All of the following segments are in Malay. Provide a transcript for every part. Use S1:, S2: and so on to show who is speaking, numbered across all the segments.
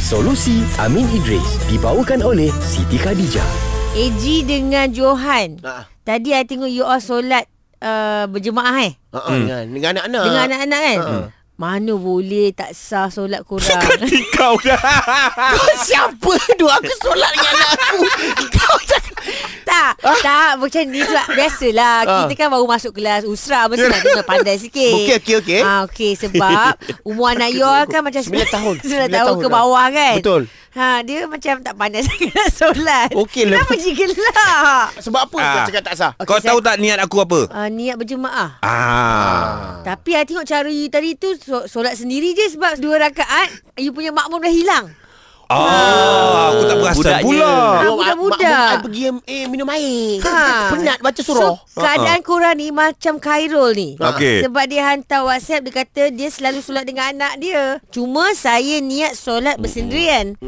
S1: Solusi Amin Idris dibawakan oleh Siti Khadijah.
S2: AG dengan Johan.
S3: Ha.
S2: Tadi I tengok you all solat uh, berjemaah eh.
S3: Ha, ha, dengan dengan anak-anak.
S2: Dengan anak-anak kan.
S3: Ha.
S2: Mana boleh tak sah solat korang.
S4: Tikau dah
S3: Kau siapa tu? Aku solat dengan anak aku. Ha? Kau cakap
S2: tak, tak macam ni pula. Biasalah.
S3: Ha.
S2: Kita kan baru masuk kelas usra. Mesti nak kena pandai sikit.
S3: Okey, okey, okey.
S2: Ah, okey. Sebab umur anak you all kan macam
S3: Sembilan tahun.
S2: 9
S3: Sembilan
S2: tahun
S3: tahun
S2: ke
S3: dah.
S2: bawah kan.
S3: Betul.
S2: Ha, dia macam tak pandai sangat nak solat.
S3: Okey lah.
S2: Kenapa je gelak?
S3: sebab apa kau
S4: Ah.
S3: cakap tak sah?
S2: Okey,
S4: Kau
S2: saya-
S4: tahu tak niat aku apa?
S2: Uh, niat berjemaah.
S4: Ah.
S2: Tapi I tengok cara you tadi tu so- solat sendiri je sebab dua rakaat you punya makmum dah hilang.
S4: Ah, aku tak perasan
S5: Budaknya.
S4: pula.
S2: Ah,
S3: Mak-
S2: budak-budak. Ha.
S3: makmum I pergi eh, minum air. Penat baca surah.
S2: So, keadaan korang ni macam Khairul ni.
S4: Ah, Okey.
S2: Sebab dia hantar WhatsApp dia kata dia selalu solat dengan anak dia. Cuma saya niat solat bersendirian.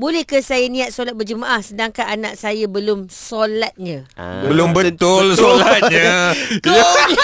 S2: Boleh ke saya niat solat berjemaah sedangkan anak saya belum solatnya?
S3: Ah.
S4: Belum betul solatnya.
S3: Kau ni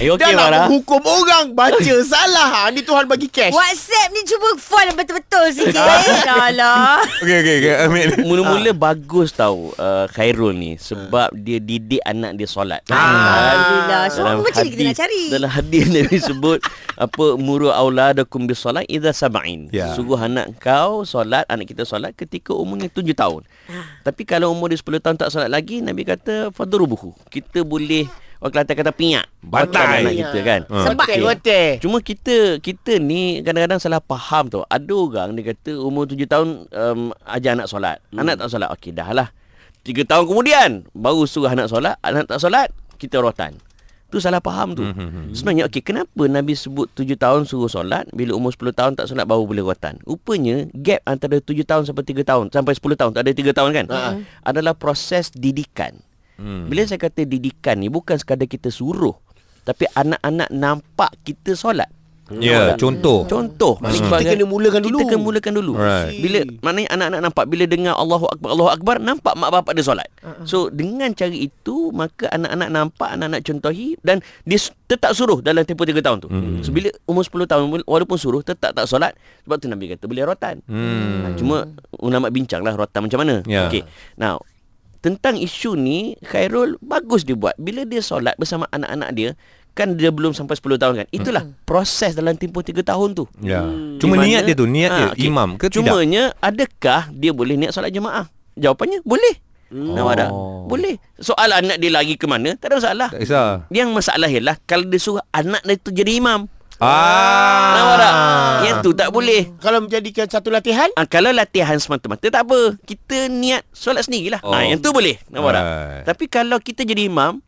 S5: Are you okay,
S3: Dah nak
S5: Farah?
S3: hukum orang Baca salah Ha, Ni Tuhan bagi cash
S2: WhatsApp ni cuba font betul-betul
S3: Ah.
S2: sikit. Alah.
S4: Okey okey okey. Amin.
S2: Ah.
S5: Mula-mula bagus tau uh, Khairul ni Sebab dia didik anak dia solat Ah.
S2: Alhamdulillah. So, Ah. macam ni kita nak cari.
S5: Dalam hadis Nabi sebut Apa Muru auladakum bis solat Iza sab'in
S4: Ya.
S5: Suruh anak kau solat Anak kita solat Ketika umurnya tujuh tahun
S2: Ah.
S5: Tapi kalau umur dia sepuluh tahun Tak solat lagi Nabi kata Fadrubuhu Kita boleh Orang Kelantan kata piak
S4: Bantai.
S5: Anak kita kan
S4: Ha.
S2: Ya. Sebab
S3: Hotel,
S5: Okey.
S3: hotel.
S5: Cuma kita kita ni kadang-kadang salah faham tau. Ada orang dia kata umur 7 tahun um, ajar anak solat. Hmm. Anak tak solat. Okey dah lah. 3 tahun kemudian baru suruh anak solat, anak tak solat, kita rotan. Tu salah faham tu. Hmm. Sebenarnya okey kenapa Nabi sebut 7 tahun suruh solat, bila umur 10 tahun tak solat baru boleh rotan. Rupanya gap antara 7 tahun sampai 3 tahun sampai 10 tahun, tak ada 3 tahun kan? Hmm. Adalah proses didikan. Hmm. Bila saya kata didikan ni bukan sekadar kita suruh tapi anak-anak nampak kita solat.
S4: Ya, contoh.
S5: Contoh
S3: Maksudnya kita kena mulakan dulu.
S5: Kita kena mulakan dulu
S4: Alright.
S5: Bila Maknanya anak-anak nampak Bila dengar Allahu Akbar Allahu Akbar Nampak mak bapak dia solat So dengan cara itu Maka anak-anak nampak Anak-anak contohi Dan dia s- tetap suruh Dalam tempoh 3 tahun tu hmm. So bila umur 10 tahun wala- Walaupun suruh Tetap tak solat Sebab tu Nabi kata Boleh rotan hmm. Cuma Ulama bincang lah Rotan macam mana
S4: Ya.
S5: Okay Now Tentang isu ni Khairul Bagus dia buat Bila dia solat Bersama anak-anak dia Kan dia belum sampai 10 tahun kan Itulah hmm. proses dalam tempoh 3 tahun tu
S4: Ya. Cuma
S5: Hmm, di
S4: niat
S5: mana-
S4: dia tu, niat dia
S5: Ah, okey.
S4: imam ke tidak?
S5: Cumanya adakah dia boleh niat solat jemaah? Jawapannya boleh. Hmm. Nampak tak?
S4: Oh.
S5: Boleh. Soal anak dia lari ke mana, tak ada masalah.
S4: Tak kisah.
S5: Yang masalah ialah kalau dia suruh anak dia tu jadi imam.
S4: Ah.
S5: Nampak tak? Yang tu tak boleh.
S3: Kalau menjadikan satu latihan
S5: Ah, kalau latihan semata-mata tak apa. Kita niat solat sendirilah.
S4: Oh.
S5: Oh. Ah, yang tu boleh. Nampak tak?
S4: Alright.
S5: Tapi kalau kita jadi imam,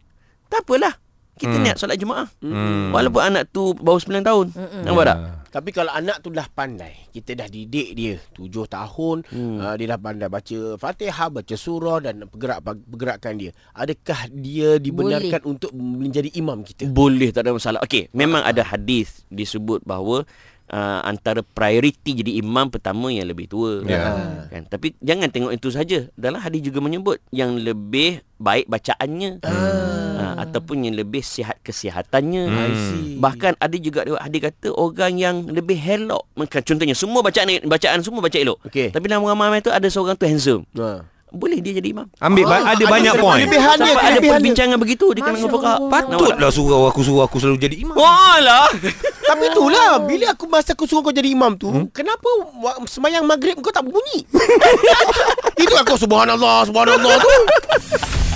S5: tak apalah. Kita hmm. niat solat jemaah. Hmm. Walaupun anak tu baru 9 tahun. Hmm. Nampak tak?
S3: Tapi kalau anak tu dah pandai Kita dah didik dia Tujuh tahun hmm. uh, Dia dah pandai baca Fatihah Baca surah Dan pergerak pergerakan dia Adakah dia dibenarkan Boleh. Untuk menjadi imam kita
S5: Boleh tak ada masalah. Okey, memang ada hadis disebut bahawa uh, antara prioriti jadi imam pertama yang lebih tua.
S4: Ya.
S5: Kan? Tapi jangan tengok itu saja. Dalam hadis juga menyebut yang lebih baik bacaannya uh, ataupun yang lebih sihat kesihatannya.
S3: I see.
S5: Bahkan ada juga riwayat hadis kata orang yang lebih helok. Maka Contohnya semua bacaan bacaan semua baca elok.
S3: Okey.
S5: Tapi dalam ramai-ramai tu ada seorang tu handsome.
S3: ha.
S5: Boleh dia jadi imam.
S4: Ambil ba-
S3: Ah, ada
S4: ada banyak
S3: kelebihan
S4: point.
S3: dia. Kelebihan
S5: Sampai ada
S3: kelebihan dia.
S5: perbincangan begitu di kalangan
S2: Masya
S5: fuqaha.
S2: Allah.
S5: Patutlah.
S4: Patutlah suruh aku suruh aku selalu jadi imam.
S5: Walah.
S3: Tapi itulah Bila aku masa aku suruh kau jadi imam tu hmm? Kenapa wa- Semayang maghrib kau tak bunyi Itu aku subhanallah Subhanallah tu